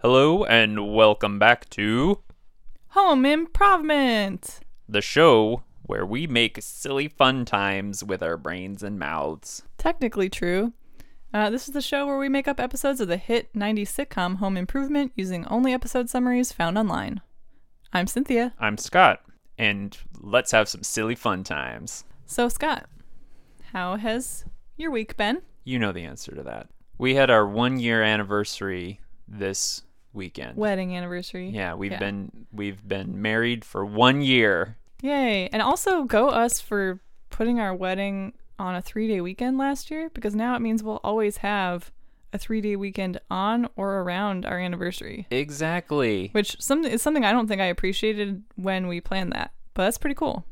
Hello and welcome back to Home improvement. the show where we make silly fun times with our brains and mouths. Technically true. Uh, this is the show where we make up episodes of the hit 90s sitcom Home Improvement using only episode summaries found online. I'm Cynthia. I'm Scott, and let's have some silly fun times. So, Scott, how has your week been? You know the answer to that. We had our one year anniversary this weekend. Wedding anniversary. yeah, we've been we've been married for one year. Yay. And also, go us for putting our wedding on a three day weekend last year because now it means we'll always have a three day weekend on or around our anniversary. Exactly. which some is something I don't think I appreciated when we planned that. But that's pretty cool,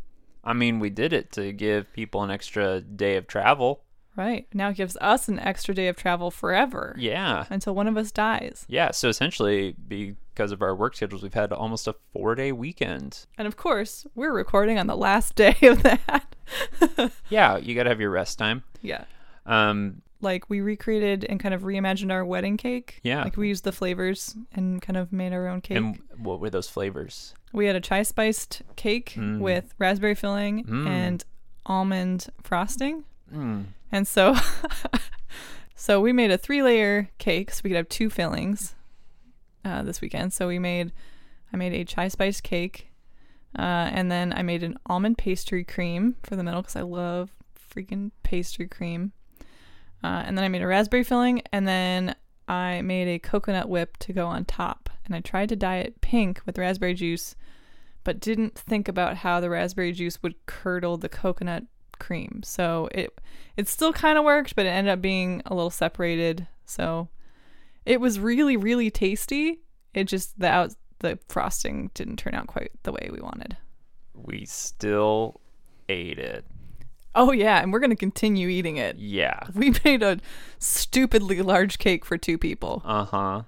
I mean, we did it to give people an extra day of travel. right? Now it gives us an extra day of travel forever Yeah. until one of us dies. Yeah, so essentially, because of our work schedules, we've had almost a four day weekend. And of course, we're recording on the last day of that. Yeah, you got to have your rest time. yeah. Um, Like we recreated and kind of reimagined our wedding cake. Yeah. Like we used the flavors and kind of made our own cake. and what were those flavors? we had a chai spiced cake with raspberry filling and almond frosting. And so so we made a three layer cake so we could have two fillings uh, this weekend. So we made I made a chai spiced cake uh, and then I made an almond pastry cream for the middle because I love freaking pastry cream. Uh, and then I made a raspberry filling, and then I made a coconut whip to go on top. And I tried to dye it pink with raspberry juice, but didn't think about how the raspberry juice would curdle the coconut cream. So it it still kind of worked, but it ended up being a little separated. So it was really really tasty. It just the out the frosting didn't turn out quite the way we wanted. We still ate it. Oh yeah, and we're gonna continue eating it. Yeah. We made a stupidly large cake for two people. Uh huh.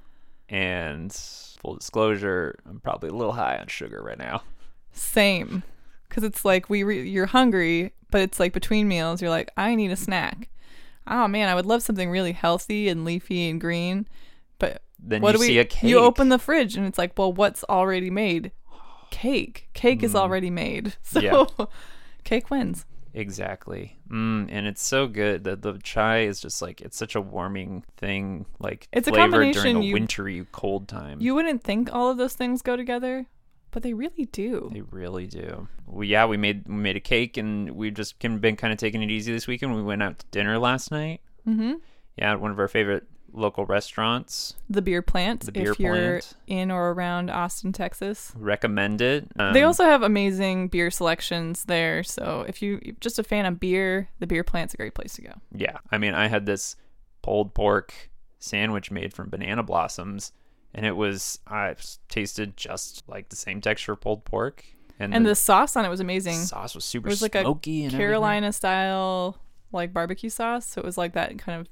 And full disclosure, I'm probably a little high on sugar right now. Same, because it's like we re- you're hungry, but it's like between meals you're like I need a snack. Oh man, I would love something really healthy and leafy and green, but Then what you do we? see a cake. You open the fridge and it's like, well, what's already made? Cake. Cake is already made, so Hmm. Yeah. cake wins. Exactly. Mm, and it's so good that the chai is just like, it's such a warming thing. Like, It's a flavor during combination a you- wintry cold time. You wouldn't think all of those things go together, but they really do. They really do. Well, yeah, we made we made a cake, and we just kin- been kind of taking it easy this weekend. We went out to dinner last night. Mm-hmm. Yeah, at one of our favorite local restaurants. The beer plant. The beer if you're plant. in or around Austin, Texas. Recommend it. Um, They also have amazing beer selections there. So if you you're just a fan of beer, the beer plant's a great place to go. yeah. I mean, I had this pulled pork sandwich made from banana blossoms, and it was I s- tasted just like the same texture of pulled pork, and, And the, the sauce on it was amazing. Mm. sauce was super It was like a smoky and everything. Carolina style like barbecue sauce. So it was like that kind of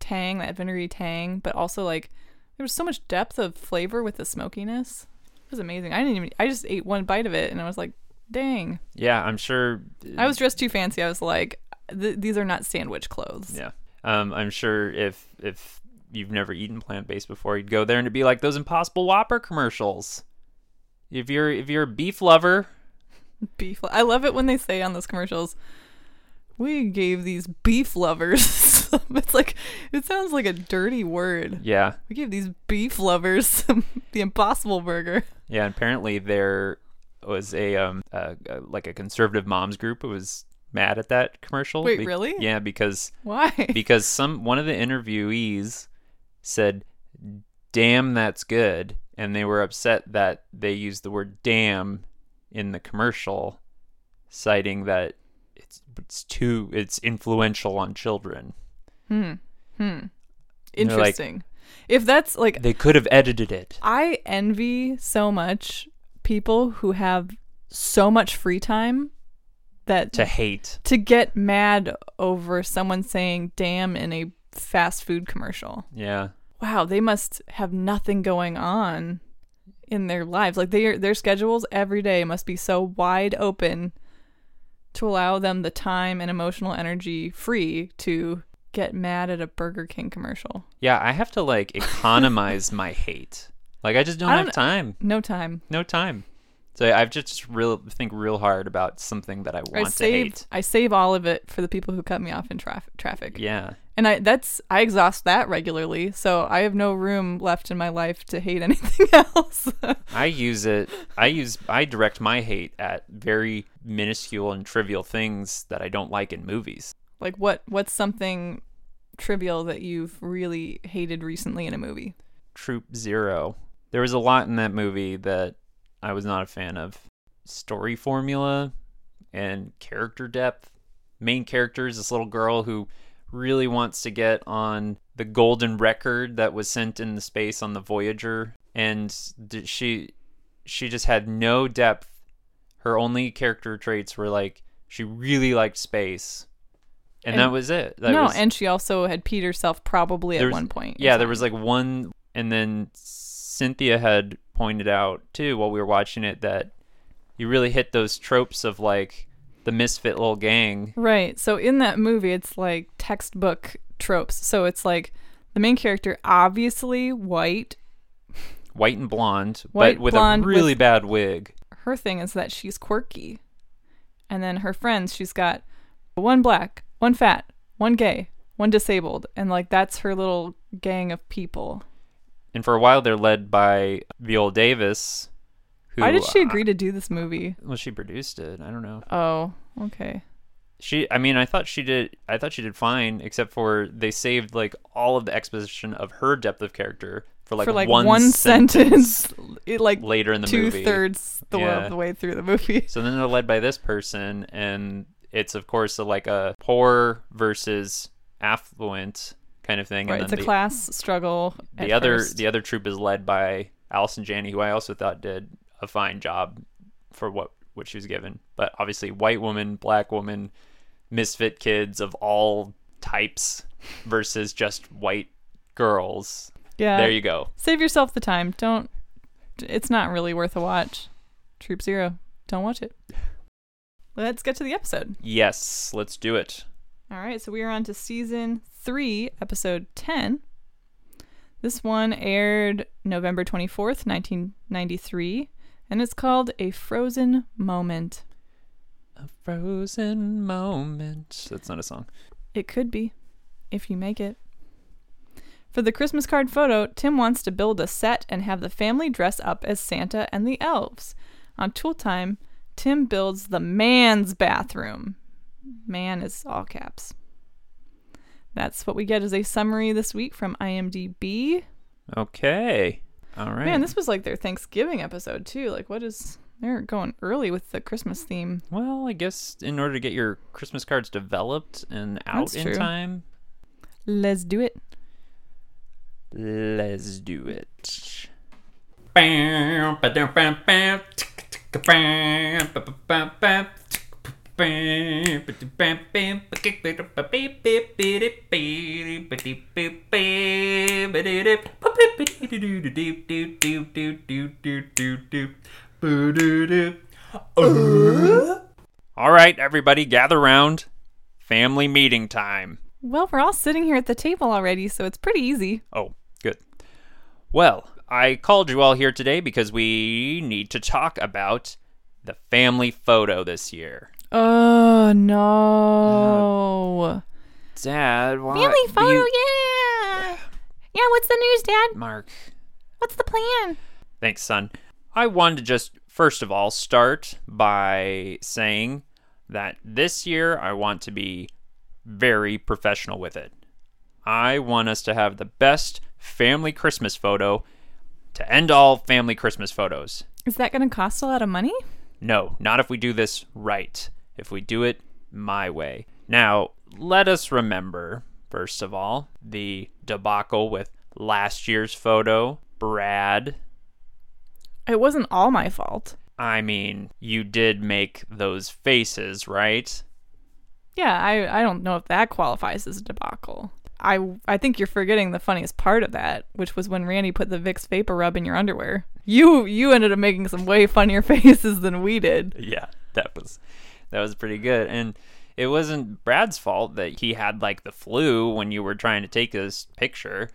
tang, that vinegary tang, but also like there was so much depth of flavor with the smokiness. It was amazing. I didn't even I just ate one bite of it and I was like, dang. Yeah, I'm sure. I was dressed too fancy. I was like, th- these are not sandwich clothes. Yeah. Um, I'm sure if if you've never eaten plant based before, you'd go there and it'd be like those Impossible Whopper commercials. If you're if you're a beef lover, beef. I love it when they say on those commercials, "We gave these beef lovers." some-" it's like it sounds like a dirty word. yeah, We gave these beef lovers some, the Impossible Burger. yeah. Apparently there was a um uh, uh, like a conservative moms group who was mad at that commercial. Wait, really? Yeah, because Why? because some one of the interviewees said, "Damn, that's good," and they were upset that they used the word "damn" in the commercial, citing that it's it's too it's influential on children. they're like- Interesting. if that's like, They could have edited it. I envy so much people who have so much free time that To hate, to get mad over someone saying "damn" in a fast food commercial. yeah, wow, they must have nothing going on in their lives. Like their their schedules every day must be so wide open to allow them the time and emotional energy free to get mad at a Burger King commercial. Yeah, I have to like economize my hate. Like I just don't, I don't- have time. No time. No time. So I've just real think real hard about something that I want I to save hate. I save all of it for the people who cut me off in traf- traffic. Yeah. And I that's I exhaust that regularly, so I have no room left in my life to hate anything else. I use it. I use. I direct my hate at very minuscule and trivial things that I don't like in movies. like what what's something trivial that you've really hated recently in a movie? Troop Zero. There was a lot in that movie that I was not a fan of. Story formula and character depth. Main character is this little girl who really wants to get on the golden record that was sent in the space on the Voyager, and d- she she just had no depth. Her only character traits were like she really liked space, and, And- that was it. That no, was, and she also had peed herself probably at there was- one point. in Yeah, there time. was like one, and then Cynthia had pointed out too while we were watching it that you really hit those tropes of like the misfit little gang. Right. So in that movie, it's like textbook tropes. So it's like the main character, obviously white. White and blonde, White, but with blonde, a really with- bad wig. Her thing is that she's quirky. And then her friends, she's got one black, one fat, one gay, one disabled. And like that's her little gang of people. And for a while, they're led by Viola Davis. Who, uh, Why did she ah. agree to do this movie? Well, she produced it. I don't know. Oh, okay. She, I mean, I thought she did. I thought she did fine, except for they saved like all of the exposition of her depth of character for like, For like one, one, sentence, sentence, it, like later in the two movie. thirds the, Yeah. of the way through the movie. So then they're led by this person, and it's of course a, like a poor versus affluent kind of thing. Right, and it's a then the, class struggle. the at other first. the other troop is led by Allison Janney, who I also thought did a fine job for what what she was given. But obviously, white woman, black woman, misfit kids of all types versus just white girls. yeah. there you go. save yourself the time. Don't. It's not really worth a watch. Troop Zero. Don't watch it. Let's get to the episode. Yes, let's do it. All right, so we are on to season three, episode 10. This one aired November 24th, 1993, and it's called A Frozen Moment. A frozen moment. That's not a song. It could be, if you make it. For the Christmas card photo, Tim wants to build a set and have the family dress up as Santa and the elves. On tool time, Tim builds the man's bathroom. Man is all caps. That's what we get as a summary this week from IMDb. Okay. All right. Man, this was like their Thanksgiving episode, too. Like, what is. They're going early with the Christmas theme. Well, I guess in order to get your Christmas cards developed and out That's in true. time, Let's do it. let's do it. All right, everybody, gather round. Family meeting time. Well, we're all sitting here at the table already, so it's pretty easy. Oh, good. Well, I called you all here today because we need to talk about the family photo this year. Oh no! Dad, why? Family do photo, you- yeah, yeah. What's the news, Dad? Mark, What's the plan? thanks, son. I wanted to just, first of all, start by saying that this year I want to be very professional with it. I want us to have the best family Christmas photo to end all family Christmas photos. Is that going to cost a lot of money? No, not if we do this right. If we do it my way. Now, let us remember, first of all, the debacle with last year's photo. Brad, It wasn't all my fault. I mean, you did make those faces, right? Yeah, I I don't know if that qualifies as a debacle. I I think you're forgetting the funniest part of that, which was when Randy put the Vicks vapor rub in your underwear. You you ended up making some way funnier faces than we did. Yeah, that was that was pretty good. And it wasn't Brad's fault that he had like the flu when you were trying to take this picture.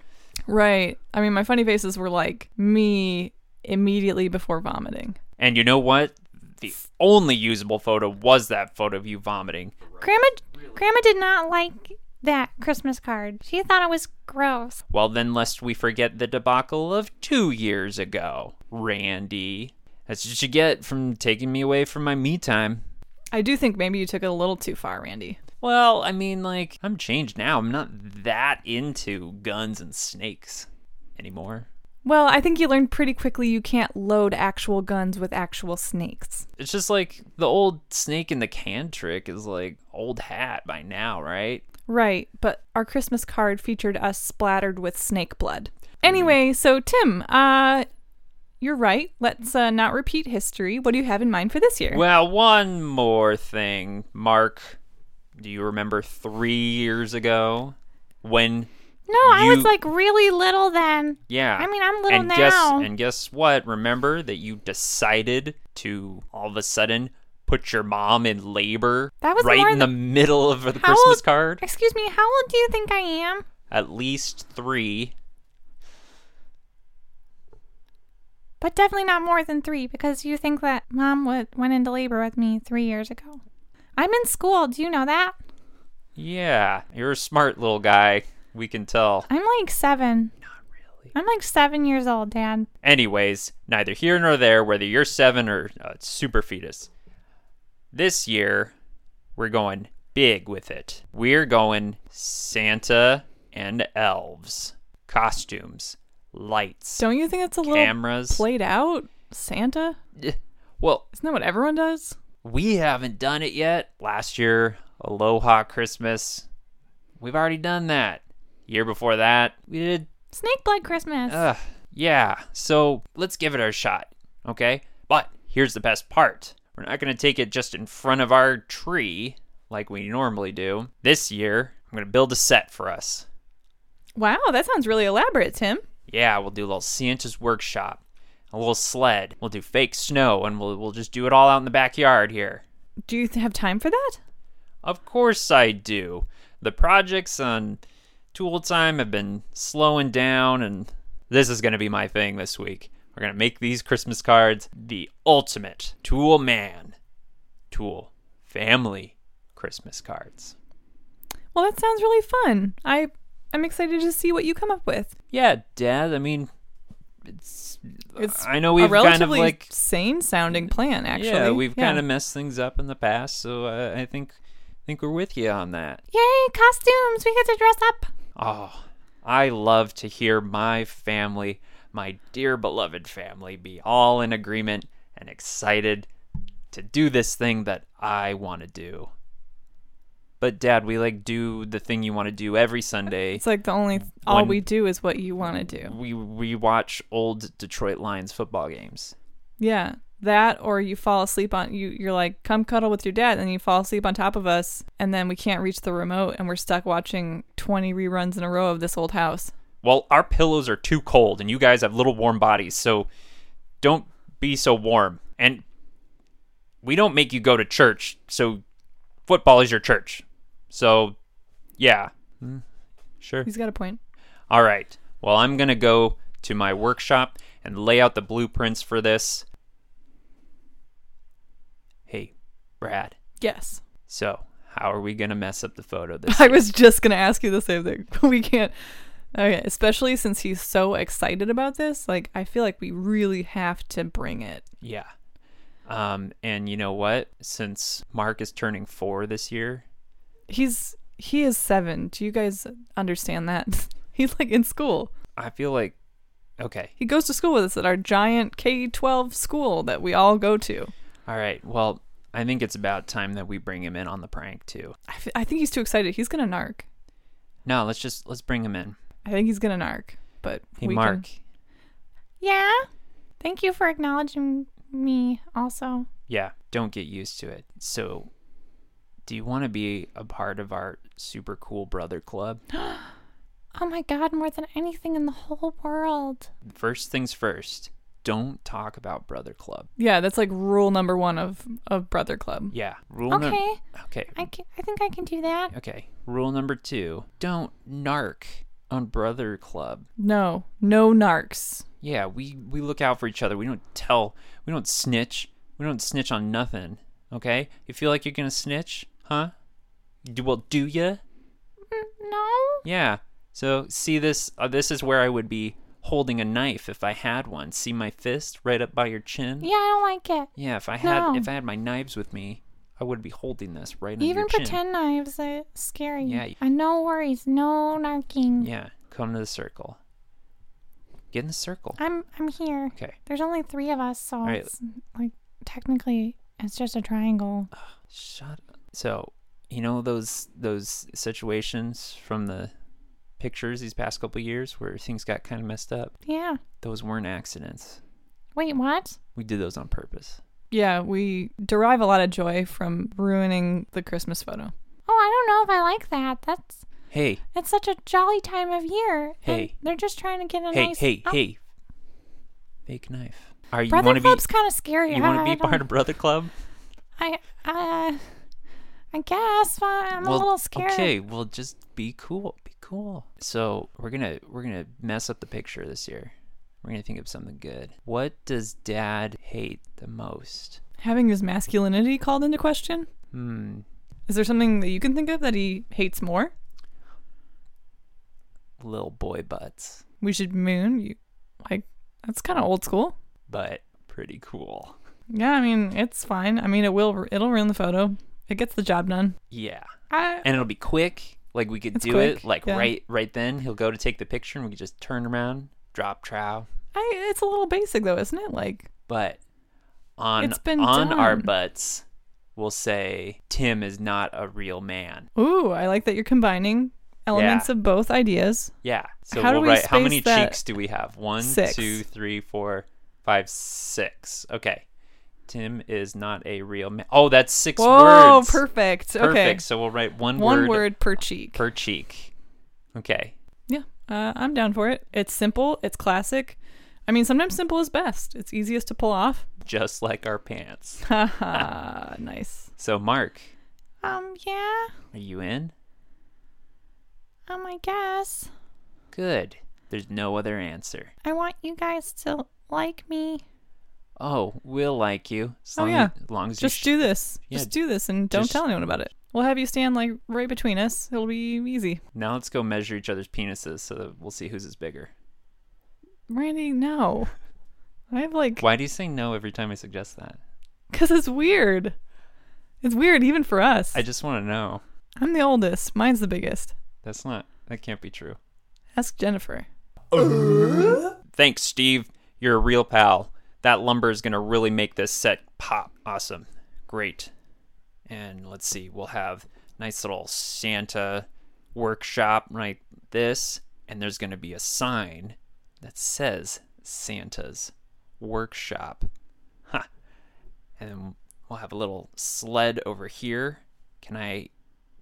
Right. I mean, my funny faces were like me immediately before vomiting. And you know what? The only usable photo was that photo of you vomiting. Grandma, Grandma did not like that Christmas card. She thought it was gross. Well, then, lest we forget the debacle of two years ago, Randy. That's what you get from taking me away from my me time. I do think maybe you took it a little too far, Randy. Well, I mean, like, I'm changed now. I'm not that into guns and snakes anymore. Well, I think you learned pretty quickly you can't load actual guns with actual snakes. It's just like the old snake in the can trick is like old hat by now, right? Right, but our Christmas card featured us splattered with snake blood. Anyway, so Tim, uh you're right. Let's uh, not repeat history. What do you have in mind for this year? Well, one more thing, Mark. Do you remember 3 years ago when No, I You- was like really little then. yeah. I mean, I'm little and now. Guess, and guess what? Remember that you decided to all of a sudden put your mom in labor That was right more in the than- middle of the How Christmas old- card. Excuse me, how old do you think I am? At least three. But definitely not more than three because you think that mom would, went into labor with me three years ago. I'm in school. Do you know that? Yeah, you're a smart little guy. We can tell. I'm like seven. Not really. I'm like seven years old, Dad. Anyways, neither here nor there, whether you're seven or a super fetus. This year, we're going big with it. We're going Santa and elves, costumes, lights. Don't you think it's a little Cameras. played out? Santa? Well, Isn't that what everyone does? we haven't done it yet. Last year, Aloha Christmas. We've already done that. Year before that, we did Snake blood Christmas. Ugh, yeah. So let's give it our shot, okay? But here's the best part we're not going to take it just in front of our tree like we normally do. This year, I'm going to build a set for us. Wow, that sounds really elaborate, Tim. Yeah, we'll do a little Santa's workshop, a little sled. We'll do fake snow, and we'll, we'll just do it all out in the backyard here. Do you th- have time for that? Of course I do. The projects on Tool Time have been slowing down, and this is going to be my thing this week. We're going to make these Christmas cards the ultimate Tool Man, Tool Family Christmas cards. Well, that sounds really fun. I I'm excited to see what you come up with. Yeah, Dad, I mean, it's. It's I know we've a kind of relatively like. sane sounding plan, actually. yeah, we've kind of messed things up in the past, so uh, I think think we're with you on that. Yay, costumes. We get to dress up. Oh, I love to hear my family, my dear beloved family, be all in agreement and excited to do this thing that I want to do. But dad, we like do the thing you want to do every Sunday. It's like the only all One- we do is what you want to do. We we watch old Detroit Lions football games. Yeah. That or you fall asleep on you you're like come cuddle with your dad and you fall asleep on top of us and then we can't reach the remote and we're stuck watching 20 reruns in a row of this old house. Well, our pillows are too cold and you guys have little warm bodies, so don't be so warm. And we don't make you go to church, so football is your church. So, yeah. Sure. He's got a point. All right. Well, I'm going to go to my workshop and lay out the blueprints for this. Hey, Brad. Yes. So, how are we going to mess up the photo this I was just gonna ask you the same thing. We can't. Okay, especially since he's so excited about this. Like, I feel like we really have to bring it. Yeah. Um, and you know what? Since Mark is turning four this year, He's he is seven. Do you guys understand that? he's like in school. I feel like okay. He goes to school with us at our giant K twelve school that we all go to. All right. Well, I think it's about time that we bring him in on the prank too. I, f- I think he's too excited. He's gonna narc. No, let's just let's bring him in. I think he's gonna narc. But Hey, we Mark. Can, Yeah. Thank you for acknowledging me also. Yeah, don't get used to it. So, do you want to be a part of our super cool brother club? Oh my god, more than anything in the whole world. First things first. don't talk about Brother Club. Yeah, that's like rule number one of of Brother Club. Yeah. Rule num- Okay. Okay. I, can, I think I can do that. Okay. Rule number two: don't narc on Brother Club. No, no narcs. Yeah, we we look out for each other. We don't tell. We don't snitch. We don't snitch on nothing. Okay. You feel like you're gonna snitch, huh? Do well? Do ya? No. Yeah. So see this. Uh, this is where I would be holding a knife if I had one. See my fist right up by your chin. Yeah, I don't like it. Yeah, if I had No. if I had my knives with me, I would be holding this right under Even your chin. pretend knives are scary. Yeah. Uh, no worries. No narking. Yeah, come to the circle. Get in the circle. I'm I'm here. Okay. There's only three of us, so right. it's like technically it's just a triangle. Uh. Shut. Up. So, you know those those situations from the pictures these past couple years where things got kind of messed up. Yeah. Those weren't accidents. Wait, what? We did those on purpose. Yeah, we derive a lot of joy from ruining the Christmas photo. Oh, I don't know if I like that. That's Hey, it's such a jolly time of year. and Hey. they're just trying to get a hey, nice. hey, Oh, hey. Fake knife. Are you Brother want to Club's be kind of scary. you I- want to I be part don't- of Brother Club? I uh, I guess but I'm a little scared. Okay, well, just be cool. Be cool. So we're gonna we're gonna mess up the picture this year. We're gonna think of something good. What does Dad hate the most? Having his masculinity called into question. Hmm. Is there something that you can think of that he hates more? Little boy butts, We should moon. You, like that's kind of old school. but pretty cool. Yeah, I mean it's fine. I mean it will it'll ruin the photo. It gets the job done. Yeah, I, and it'll be quick. Like we could It's do it quick, like yeah. right right then. He'll go to take the picture, and we could just turn around, drop trow. I it's a little basic though, isn't it? Like But on It's been on our done. butts, we'll say Tim is not a real man. ooh, I like that you're combining elements of both ideas. Yeah. So How do we'll we write how many space that- cheeks do we have? One, Six. two, three, four, five, six. Okay. Tim is not a real man. Oh, that's six Whoa, words. Oh, perfect. Okay, Perfect. So we'll write one, one word, word, per cheek. per cheek. Okay. yeah, uh, I'm down for it. It's simple. It's classic. I mean, sometimes simple is best. It's easiest to pull off. Just like our pants. Haha, nice. So Mark, Um, yeah. are you in? Um, I guess Good. There's no other answer. I want you guys to like me. Oh, we'll like you. As Oh, long yeah. As long as Just you sh- do this. yeah, just do this and don't just- tell anyone about it. We'll have you stand like right between us. It'll be easy. now let's go measure each other's penises so that we'll see whose is bigger. Randy, no. I have like Why do you say no every time I suggest that? cuz it's weird. It's weird even for us. I just want to know. I'm the oldest. Mine's the biggest. That's not. That can't be true. Ask Jennifer. Thanks, Steve. You're a real pal. That lumber is gonna really make this set pop. Awesome. Great. And let's see. We'll have nice little Santa workshop like this, and there's gonna be a sign that says Santa's workshop. Huh. And we'll have a little sled over here. Can I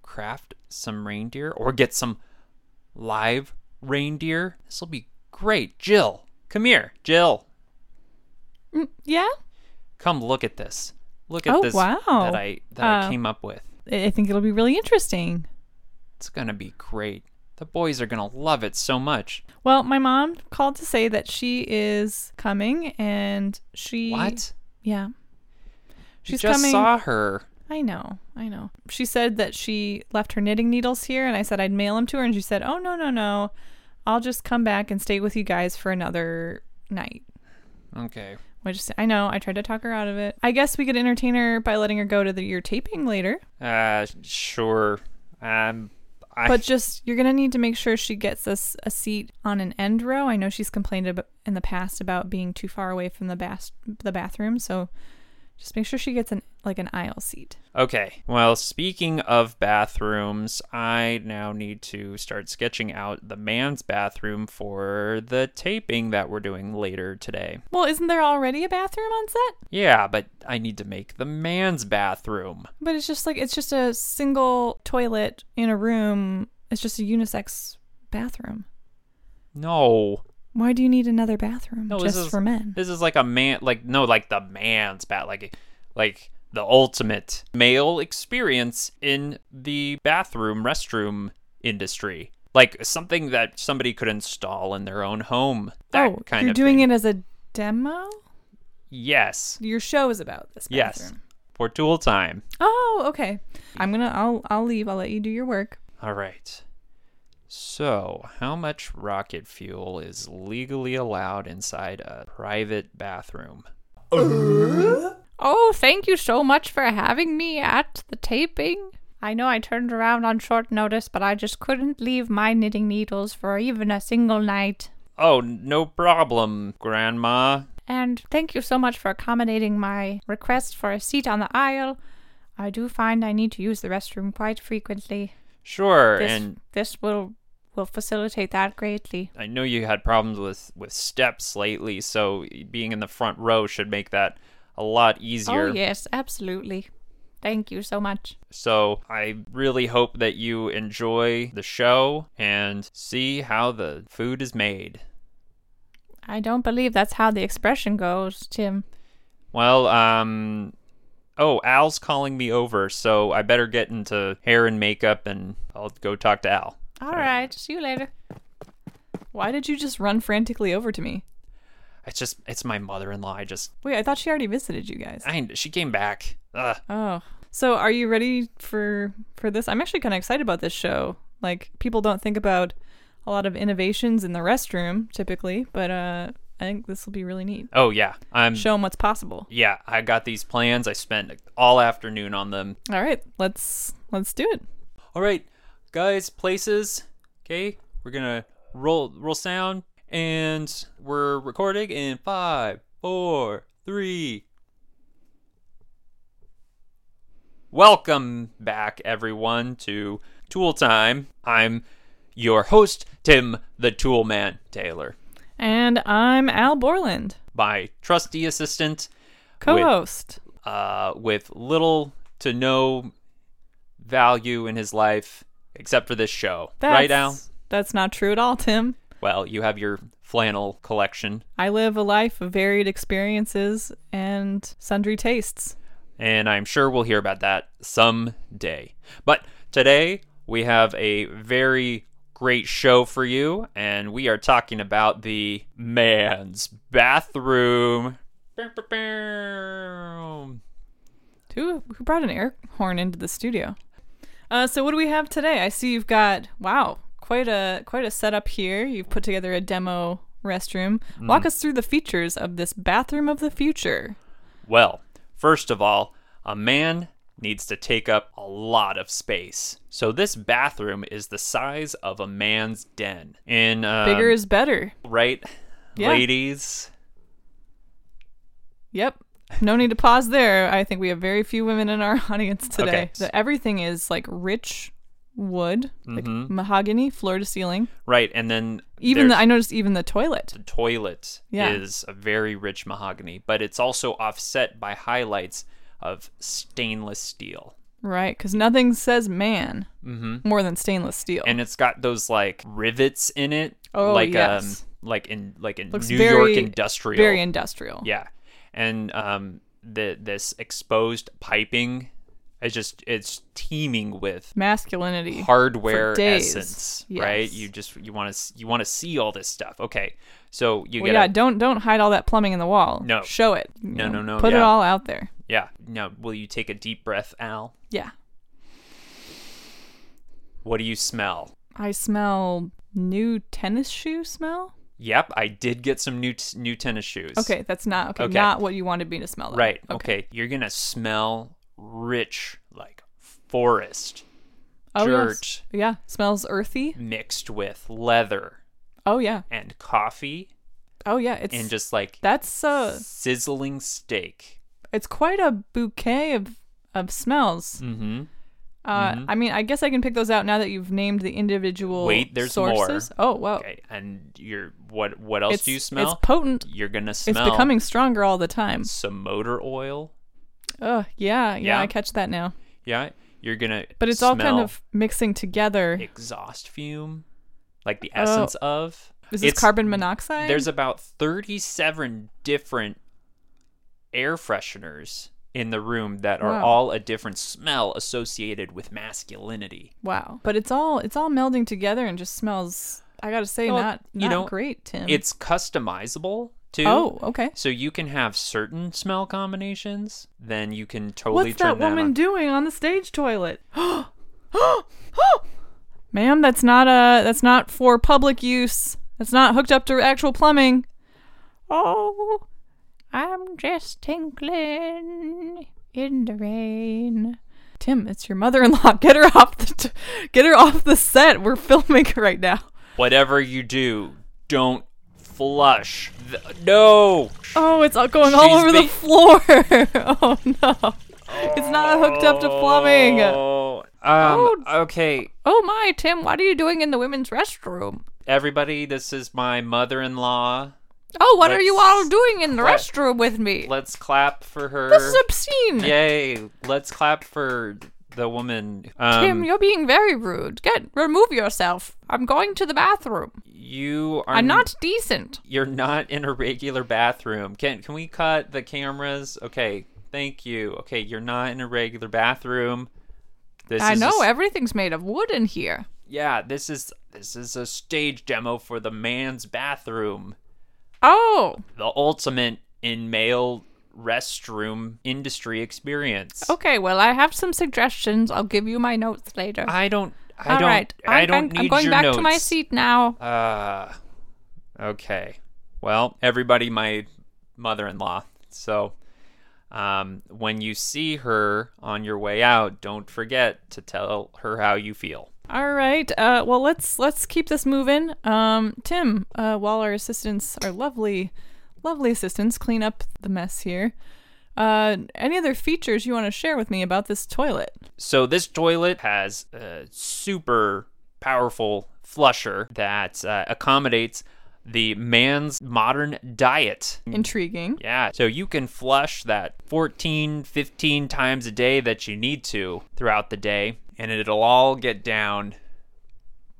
craft some reindeer or get some live reindeer. This will be great. Jill, come here. Jill, Mm, yeah? come look at this. Look at Oh, this wow. that I that I Uh, came up with. I I think it'll be really interesting. It's gonna be great. The boys are gonna love it so much. Well, my mom called to say that she is coming and she What? Yeah. She's you just coming. saw her. I know, I know. She said that she left her knitting needles here, and I said I'd mail them to her, and she said, "Oh no, no, no, I'll just come back and stay with you guys for another night." Okay. Which I know, I tried to talk her out of it. I guess we could entertain her by letting her go to the, your taping later, Uh, sure. Um, I but just you're gonna need to make sure she gets us a seat on an end row. I know she's complained ab- in the past about being too far away from the bas- the bathroom, so just make sure she gets an like an aisle seat. Okay. Well, speaking of bathrooms, I now need to start sketching out the man's bathroom for the taping that we're doing later today. Well, isn't there already a bathroom on set? Yeah, but I need to make the man's bathroom. But it's just like it's just a single toilet in a room. It's just a unisex bathroom. No. Why do you need another bathroom No, this just is- for men? This is like a man, like no, like the man's bath, like like the ultimate male experience in the bathroom restroom industry, like something that somebody could install in their own home. That oh, kind you're of doing thing. it as a demo. Yes, Your show is about this. yes, bathroom. for tool time. Oh, okay. I'm gonna. I'll. I'll leave. I'll let you do your work. All right. So, how much rocket fuel is legally allowed inside a private bathroom? Oh, thank you so much for having me at the taping. I know I turned around on short notice, but I just couldn't leave my knitting needles for even a single night. Oh, no problem, Grandma. And thank you so much for accommodating my request for a seat on the aisle. I do find I need to use the restroom quite frequently. Sure, This, and this will will facilitate that greatly. I know you had problems with with steps lately, so being in the front row should make that a lot easier. Oh yes, absolutely. Thank you so much. So I really hope that you enjoy the show and see how the food is made. I don't believe that's how the expression goes, Tim. Well, um oh, Al's calling me over, so I better get into hair and makeup and I'll go talk to Al. All right, see you later. Why did you just run frantically over to me? It's just it's my mother-in-law. I just Wait, I thought she already visited you guys. I she came back. Ugh. Oh. So are you ready for for this? I'm actually kind of excited about this show. Like people don't think about a lot of innovations in the restroom typically, but uh I think this will be really neat. Oh yeah. I'm Show them what's possible. yeah, I got these plans. I spent all afternoon on them. All right, let's let's do it. All right, guys, places. Okay, we're gonna roll roll sound, and we're recording in five, four, three. Welcome back, everyone, to Tool Time. I'm your host, Tim the Tool Man Taylor, And I'm Al Borland, my trusty assistant co-host. uh, with little to no value in his life except for this show. That's, right, Al? That's not true at all, Tim. Well, you have your flannel collection, I live a life of varied experiences and sundry tastes. and I'm sure we'll hear about that someday. But today, we have a very great show for you, and we are talking about the man's bathroom. Who who brought an air horn into the studio? Uh, so what do we have today? I see you've got wow, quite a quite a setup here. You've put together a demo restroom. Mm-hmm. Walk us through the features of this bathroom of the future. Well, first of all, a man needs to take up a lot of space. So this bathroom is the size of a man's den. In uh, Bigger is better. right, Yeah. ladies. Yep. No need to pause there. I think we have very few women in our audience today. Okay. So everything is like rich wood, like mahogany, floor to ceiling. Right, and then Even the, Mm-hmm. there's I noticed even the toilet. the toilet Yeah. is a very rich mahogany, but it's also offset by highlights of stainless steel. Right, because nothing says man more than stainless steel. Mm-hmm. and it's got those like rivets in it, Oh, like yes. um, like in like in Looks New very- York industrial, Very industrial. yeah, and um, the this exposed piping is just it's teeming with Masculinity. hardware days. essence, right? Yes. You just you want to you want to see all this stuff. Okay, so you Well, get yeah, a- don't don't hide all that plumbing in the wall. No. Show it. you No, no, no, Put it yeah. all out there. yeah. Now, will you take a deep breath, Al? Yeah. What do you smell? I smell new tennis shoe smell. Yep, I did get some new t- new tennis shoes. Okay, that's not okay, Okay. Not what you wanted me to smell. though. Right. Okay. You're gonna smell rich, like forest Oh, yes. dirt. Yeah. Smells earthy. mixed with leather Oh yeah. and coffee Oh yeah. It's and just like that's uh sizzling steak. it's quite a bouquet of of smells. Mm-hmm. Uh, I mean, I guess I can pick those out now that you've named the individual. Wait, there's more. sources. Oh wow. Okay. And you're what? What else It's, do you smell? It's potent. you're gonna smell. It's becoming stronger all the time. some motor oil. Oh yeah, yeah, Yeah. I catch that now. Yeah. You're gonna. But it's all kind smell of mixing together. exhaust fume, like the Oh. essence of. Is this It's- carbon monoxide? There's about 37 different air fresheners in the room that are Wow. all a different smell associated with masculinity. wow, but it's all it's all melding together and just smells. I gotta say, Well, not you not know, great, Tim. It's customizable too. oh okay. So you can have certain smell combinations, then you can totally What's turn that woman on. doing on the stage toilet? Ma'am, that's not uh that's not for public use. That's not hooked up to actual plumbing. Oh, I'm just tinkling in the rain. Tim, it's your mother-in-law. Get her off the t- get her off the set. We're filming right now. Whatever you do, don't flush. Th- no. Oh, it's all going all She's over the be- floor. oh no. It's not hooked up to plumbing. Oh. Um, okay. Oh my, Tim, what are you doing in the women's restroom? Everybody, this is my mother-in-law. Oh, what are you Let's- all doing in the let- restroom with me? Let's clap for her. This is obscene. Yay! Let's clap for the woman. Um, Tim, you're being very rude. Get remove yourself. I'm going to the bathroom. you are I'm not decent. You're not in a regular bathroom. Can can we cut the cameras? Okay, thank you. Okay, you're not in a regular bathroom. This I is a know s- everything's made of wood in here. yeah, this is this is a stage demo for the man's bathroom, Oh, the ultimate in male restroom industry experience. okay. Well, I have some suggestions. I'll give you my notes later. I don't. I All don't. right, I I'm don't going- need I'm going your back to my notes. seat now. Uh, okay. Well, everybody, my mother in law. So um, when you see her on your way out, don't forget to tell her how you feel. All right. Uh, well, let's let's keep this moving. Um, Tim, uh, while our assistants, our lovely, lovely assistants, clean up the mess here. Uh, any other features you want to share with me about this toilet? So this toilet has a super powerful flusher that uh, accommodates the man's modern diet. Intriguing. Yeah, so you can flush that 14, 15 times a day that you need to throughout the day, and it'll all get down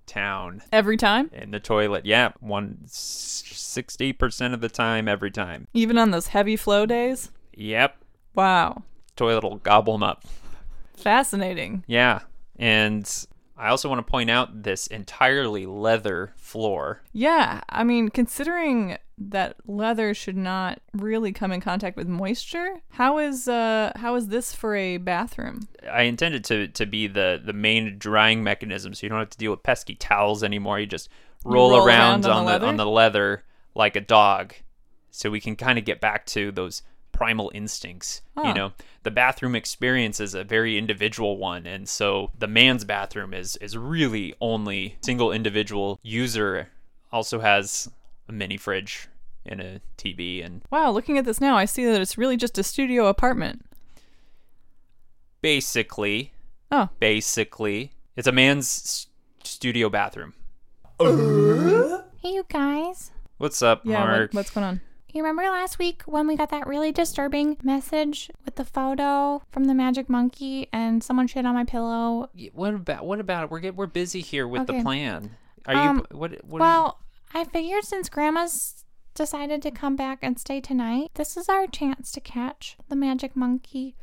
town Every time, in the toilet. Yeah, one sixty percent of the time, every time. even on those heavy flow days. Yep, Wow, toilet will gobble them up. fascinating. Yeah, and I also want to point out this entirely leather floor. Yeah, I mean, considering that leather should not really come in contact with moisture, how is uh how is this for a bathroom? I intended to to be the the main drying mechanism, so you don't have to deal with pesky towels anymore. You just roll, roll around, around on on, the the, on leather? the leather like a dog, so we can kind of get back to those primal instincts. Huh. You know, the bathroom experience is a very individual one, and so the man's bathroom is is really only single individual user. Also has a mini fridge and a TV and Wow, looking at this now, I see that it's really just a studio apartment. basically Oh, basically it's a man's s- studio bathroom. Hey, you guys. What's up, yeah. what- Mark? what's going on? You remember last week when we got that really disturbing message with the photo from the magic monkey and someone shit on my pillow? Y- what about what about it? We're get, we're busy here with the Okay. plan. Are Um, you what? what are you- Well, I figured since Grandma's decided to come back and stay tonight, this is our chance to catch the magic monkey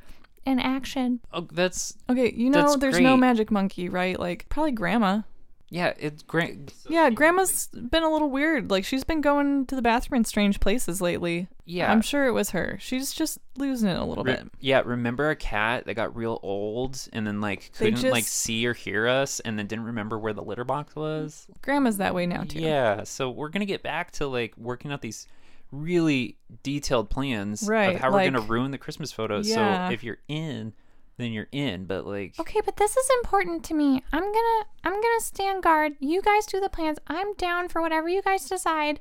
in action. oh, that's Okay, you know, That's there's no great. magic monkey, right? Like probably grandma. yeah. It's great. yeah, grandma's been a little weird. Like she's been going to the bathroom in strange places lately. Yeah. I'm sure it was her. She's just losing it a little Re- bit. yeah, remember a cat that got real old and then like They couldn't like just- see or hear us and then didn't remember where the litter box was? Grandma's that way now too. Yeah, so we're gonna get back to like working out these really detailed plans Right, of how we're gonna like- ruin the Christmas photos. Yeah. So if you're in, then you're in. But like, Okay, but this is important to me. I'm gonna I'm gonna stand guard. You guys do the plans. I'm down for whatever you guys decide,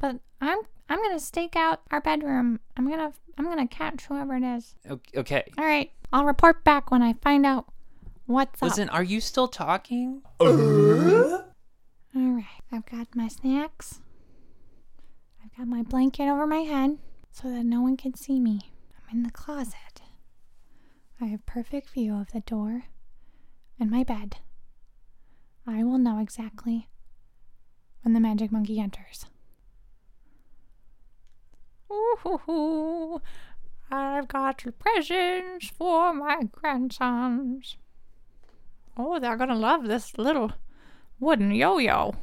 but I'm I'm gonna stake out our bedroom. I'm gonna I'm gonna catch whoever it is. o- okay, All right, I'll report back when I find out what's up. listen, are you still talking? All right, I've got my snacks. I've got my blanket over my head so that no one can see me. I'm in the closet. I have perfect view of the door and my bed. I will know exactly when when the magic monkey enters. Ooh, I've got presents for my grandsons. Oh, they're gonna love this little wooden yo-yo.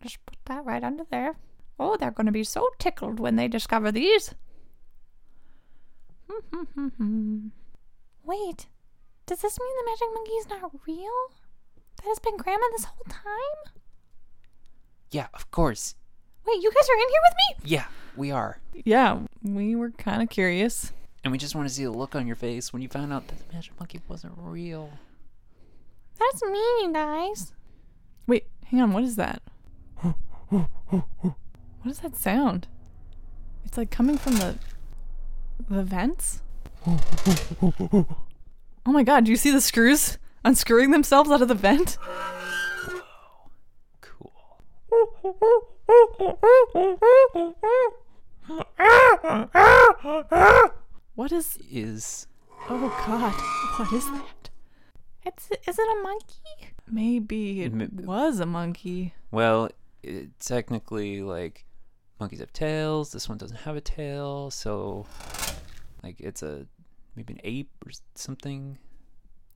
Just put that right under there. Oh, they're gonna be so tickled when they discover these. Wait, does this mean the magic monkey is not real? That has been Grandma this whole time? Yeah, of course. Wait, you guys are in here with me? Yeah, we are. Yeah, we were kind of curious. And we just want to see the look on your face when you found out that the magic monkey wasn't real. That's me, you guys. Wait, hang on, what is that? What is that sound? It's like coming from the the vents? Oh my god, do you see the screws unscrewing themselves out of the vent? Cool. What is Is Oh god, what is that? It's is it a monkey? Maybe it M- was a monkey. well, it, technically like monkeys have tails. This one doesn't have a tail, so like it's a maybe an ape or s- something.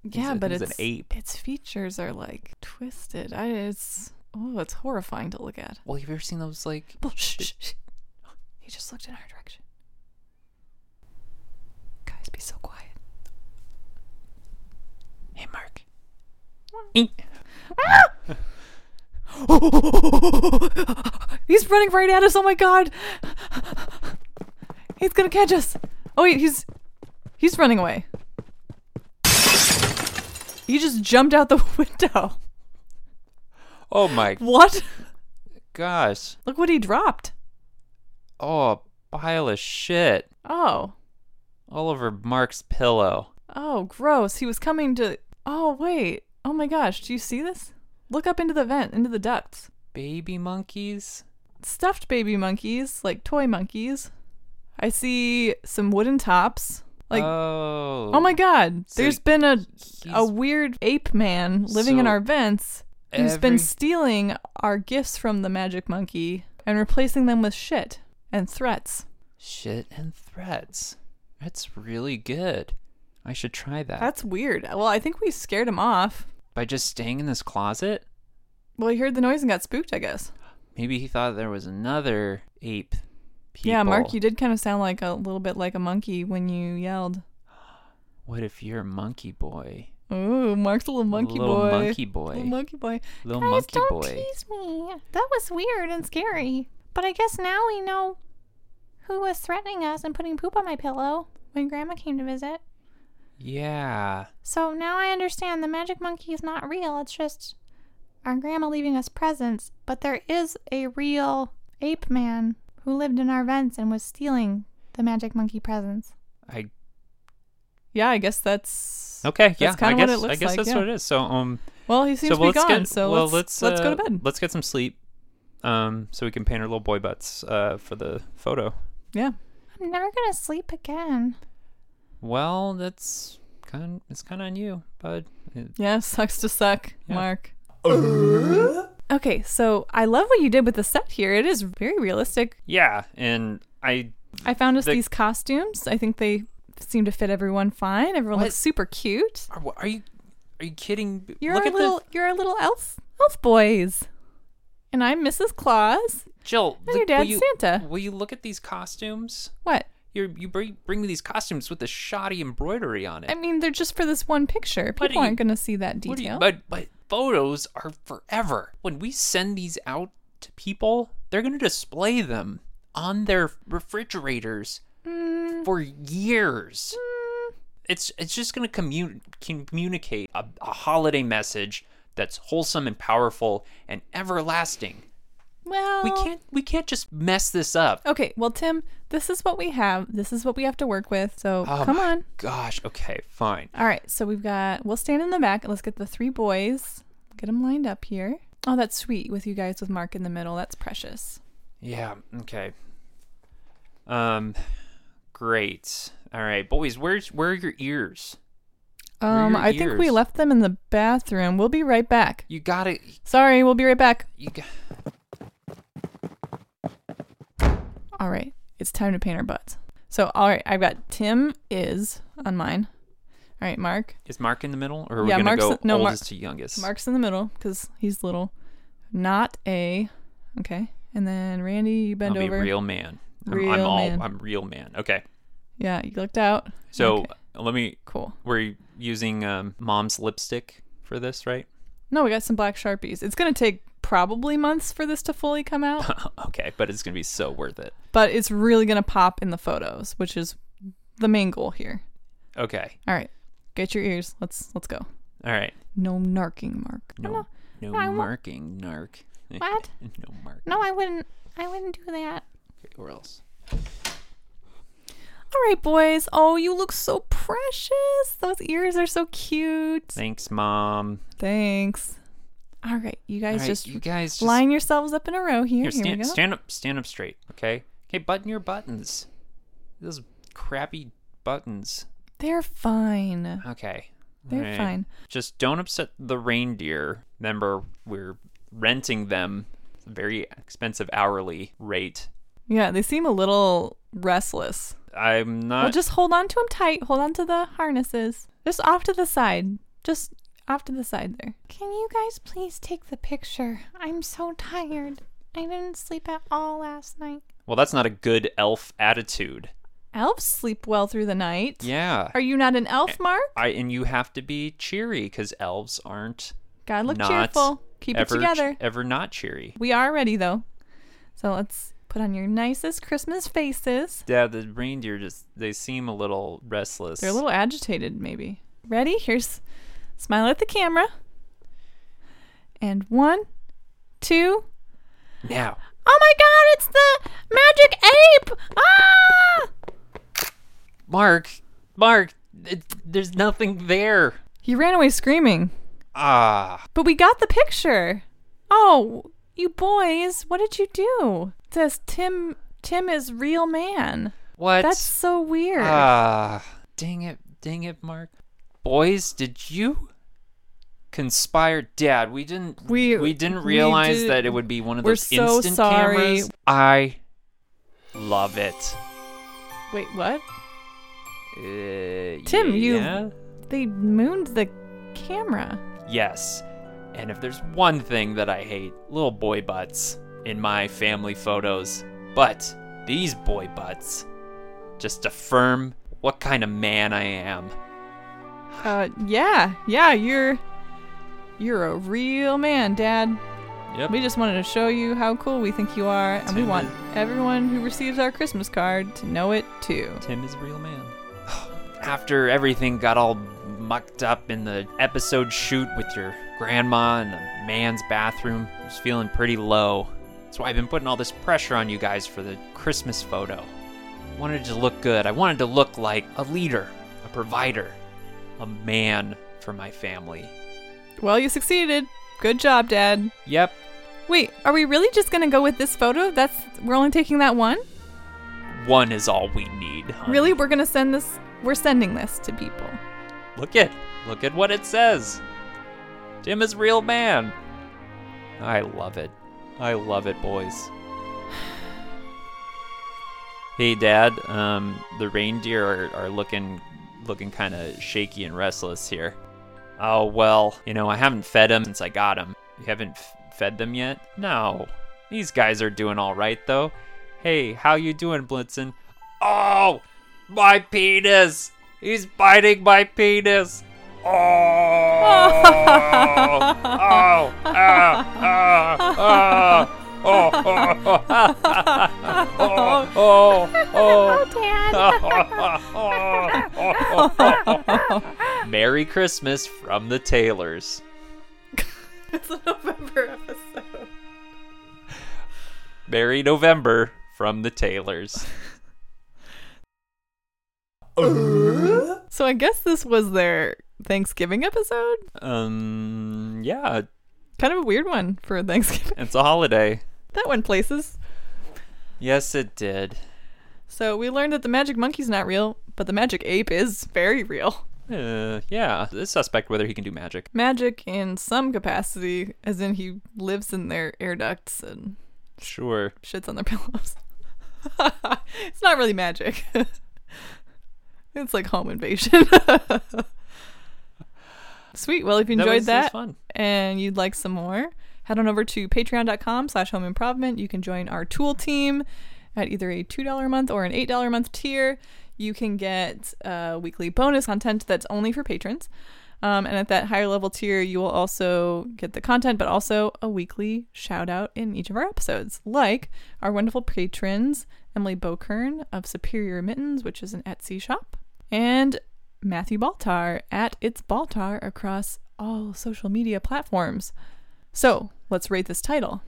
Yeah, a- but he's it's an ape. Its features are like twisted. I it's oh, it's horrifying to look at. Well, have you ever seen those like Oh, shh, shh, shh. He just looked in our direction. Guys, be so quiet. Hey, Mark. He's running right at us. Oh my god. He's gonna catch us. Oh wait, he's he's running away. He just jumped out the window. Oh my What? gosh. Look what he dropped. Oh, a pile of shit Oh. all over Mark's pillow. Oh, gross. He was coming to Oh, wait. Oh my gosh, do you see this? Look up into the vent, into the ducts. Baby monkeys? Stuffed baby monkeys, like toy monkeys. I see some wooden tops. Like oh, Oh my god. So There's been a a he's- weird ape man living in So our vents who's been every- stealing our gifts from the magic monkey and replacing them with shit and threats. Shit and threats. That's really good. I should try that. That's weird. Well, I think we scared him off. By just staying in this closet? Well, he heard the noise and got spooked, I guess. Maybe he thought there was another ape. People. Yeah, Mark, you did kind of sound like a little bit like a monkey when you yelled. What if you're a monkey boy? Ooh, Mark's a little monkey little boy. monkey boy. Little monkey boy. Little guys, monkey don't boy. tease me. That was weird and scary. But I guess now we know who was threatening us and putting poop on my pillow when Grandma came to visit. Yeah. So now I understand the magic monkey is not real. It's just our grandma leaving us presents. But there is a real ape man who lived in our vents and was stealing the magic monkey presents. I Yeah, I guess that's okay. Yeah, kinda I what guess it looks I guess like, that's yeah. what it is. So um, Well, he seems so to be let's gone, get so well, let's let's, uh, go to bed. Let's get some sleep, um, so we can paint our little boy butts uh for the photo. Yeah. I'm never gonna sleep again. Well, that's kind. it's kind of on you, bud. It- Yeah, sucks to suck, Yeah. Mark. Okay, so I love what you did with the set here. It is very realistic. Yeah, and I I found us The- these costumes. I think they seem to fit everyone fine. Everyone What? looks super cute. are, wha- are you are you kidding? You're Look our at little you're our little elf elf boys. And I'm Mrs. Claus. the Jill. your look- will dad's you- Santa. Will you look at these costumes? What? You you bring bring me these costumes with the shoddy embroidery on it. I mean, they're just for this one picture. What People are you- aren't going to see that What do you- detail. but but photos are forever. When we send these out to people, they're gonna display them on their refrigerators Mm. for years. It's it's just gonna commun- communicate a, a holiday message that's wholesome and powerful and everlasting. well, Oh, We can't we can't just mess this up. Okay, well, Tim, this is what we have. This is what we have to work with. So Oh come my on. Gosh, okay, fine. All right, so we've got, we'll stand in the back. Let's get the three boys, get them lined up here. Oh, that's sweet with you guys with Mark in the middle. That's precious. Yeah, okay. Um great. All right, boys, where's where are your ears? are Um, your I think we ears? left them in the bathroom. We'll be right back. You got to Sorry, we'll be right back. you got All right, it's time to paint our butts. So, all right, I've got Tim is on mine. All right, Mark. Is Mark in the middle, or are we Yeah, gonna Mark's go the- no, Mar- oldest to youngest? Mark's in the middle because he's little. Not a. Okay. And then Randy, you bend I'll over. be real man. I'm, I'm Real all. man. I'm real man. Okay. Yeah, you looked out. So uh, Okay, let me. cool. We're using um, mom's lipstick for this, right? No, we got some black sharpies. It's gonna take probably months for this to fully come out, okay, but it's gonna be so worth it. but it's really gonna pop in the photos, which is the main goal here. Okay. All right, get your ears. Let's let's go. All right. No narking, Mark. No. No, I won't- marking, narc. What? no mark. No, I wouldn't. I wouldn't do that. Or else. All right, boys. Oh, you look so precious. Those ears are so cute. Thanks, mom. Thanks. All right, you guys All right, just you guys just line yourselves up in a row Here, here. here stand, we go. stand up, stand up straight, okay? Okay, button your buttons. Those crappy buttons. They're fine. Okay. They're Alright. fine. Just don't upset the reindeer. Remember, we're renting them. It's a very expensive hourly rate. Yeah, they seem a little restless. I'm not. well, just hold on to them tight. Hold on to the harnesses. Just off to the side. Just off to the side there. Can you guys please take the picture? I'm so tired. I didn't sleep at all last night. Well, that's not a good elf attitude. Elves sleep well through the night. Yeah. Eh. Are you not an elf, Mark? I and you have to be cheery because elves aren't God, look not cheerful. Keep it ever together. ever not cheery. we are ready though. So let's put on your nicest Christmas faces. Yeah, the reindeer just they seem a little restless. They're a little agitated, maybe. Ready? Here's smile at the camera. And one, two. now. Oh my God! It's the magic ape! Ah! Mark, Mark, it, there's nothing there. He ran away screaming. Ah, But we got the picture. Oh, you boys, what did you do? It says Tim Tim is real man. what? That's so weird. ah, dang it, dang it, Mark. Boys, did you conspire? Dad, we didn't. We- we didn't we realize did- that it would be one of We're those so instant sorry. cameras. I love it. Wait, what? Uh, Tim, you- yeah? They mooned the camera. Yes. And if there's one thing that I hate, little boy butts in my family photos. But these boy butts just affirm what kind of man I am. Uh yeah, yeah, you're you're a real man, Dad. Yep. We just wanted to show you how cool we think you are, and we Tim want is- everyone who receives our Christmas card to know it too. Tim is a real man. After everything got all mucked up in the episode shoot with your grandma in the man's bathroom, I was feeling pretty low. That's why I've been putting all this pressure on you guys for the Christmas photo. I wanted to look good. I wanted to look like a leader, a provider, a man for my family. Well, you succeeded. Good job, Dad. Yep. Wait, are we really just gonna go with this photo? That's we're only taking that one? One is all we need. honey. Really? We're gonna send this we're sending this to people. Look at look at what it says. Tim is real man. I love it. I love it, boys. Hey, Dad. Um, the reindeer are, are looking looking kind of shaky and restless here. Oh well, you know I haven't fed them since I got them. You haven't f- fed them yet? No. These guys are doing all right though. Hey, how you doing, Blitzen? Oh, my penis! He's biting my penis! Oh! oh! Ah! Ah! Oh! Oh! Oh! Oh! Oh! Merry Christmas from the Taylors. It's a November episode. Merry November from the Taylors. So I guess this was their Thanksgiving episode? Um, yeah, Kind of a weird one for Thanksgiving. it's a holiday. that went places. Yes, it did. So we learned that the magic monkey's not real, but the magic ape is very real. Uh, yeah, it's suspect whether he can do magic. Magic in some capacity, as in he lives in their air ducts and Sure. shits on their pillows. it's not really magic. it's like home invasion. Sweet. Well, if you That enjoyed was- that was that, fun. and you'd like some more, head on over to patreon.com slash home improvement. You can join our tool team at either a $2 a month or an $8 a month tier. You can get uh, weekly bonus content that's only for patrons. Um, and at that higher level tier, you will also get the content, but also a weekly shout out in each of our episodes, like our wonderful patrons, Emily Bokern of Superior Mittens, which is an Etsy shop, and Matthew Baltar at It's Baltar across all social media platforms. So let's rate this title.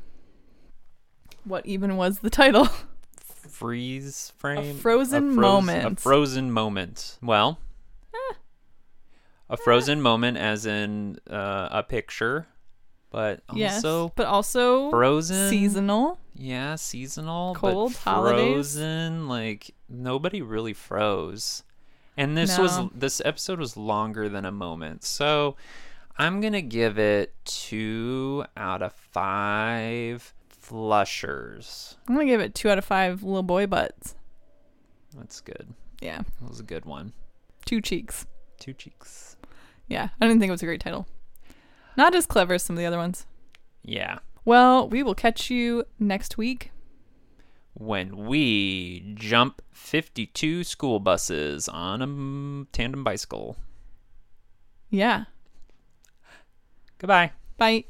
What even was the title? Freeze frame. frozen froze- moment. A frozen moment. Well, Ah. a frozen moment, as in uh, a picture, but yes, also but also frozen. seasonal. Yeah, seasonal. Cold but holidays. Frozen. Like nobody really froze, and this was No. this episode was longer than a moment. So I'm gonna give it two out of five flushers. I'm gonna give it two out of five little boy butts. That's good. Yeah, That was a good one. two cheeks. Two cheeks. Yeah, I didn't think it was a great title. Not as clever as some of the other ones. Yeah. Well, we will catch you next week. When we jump 52 school buses on a mm, tandem bicycle. Yeah, Goodbye. bye.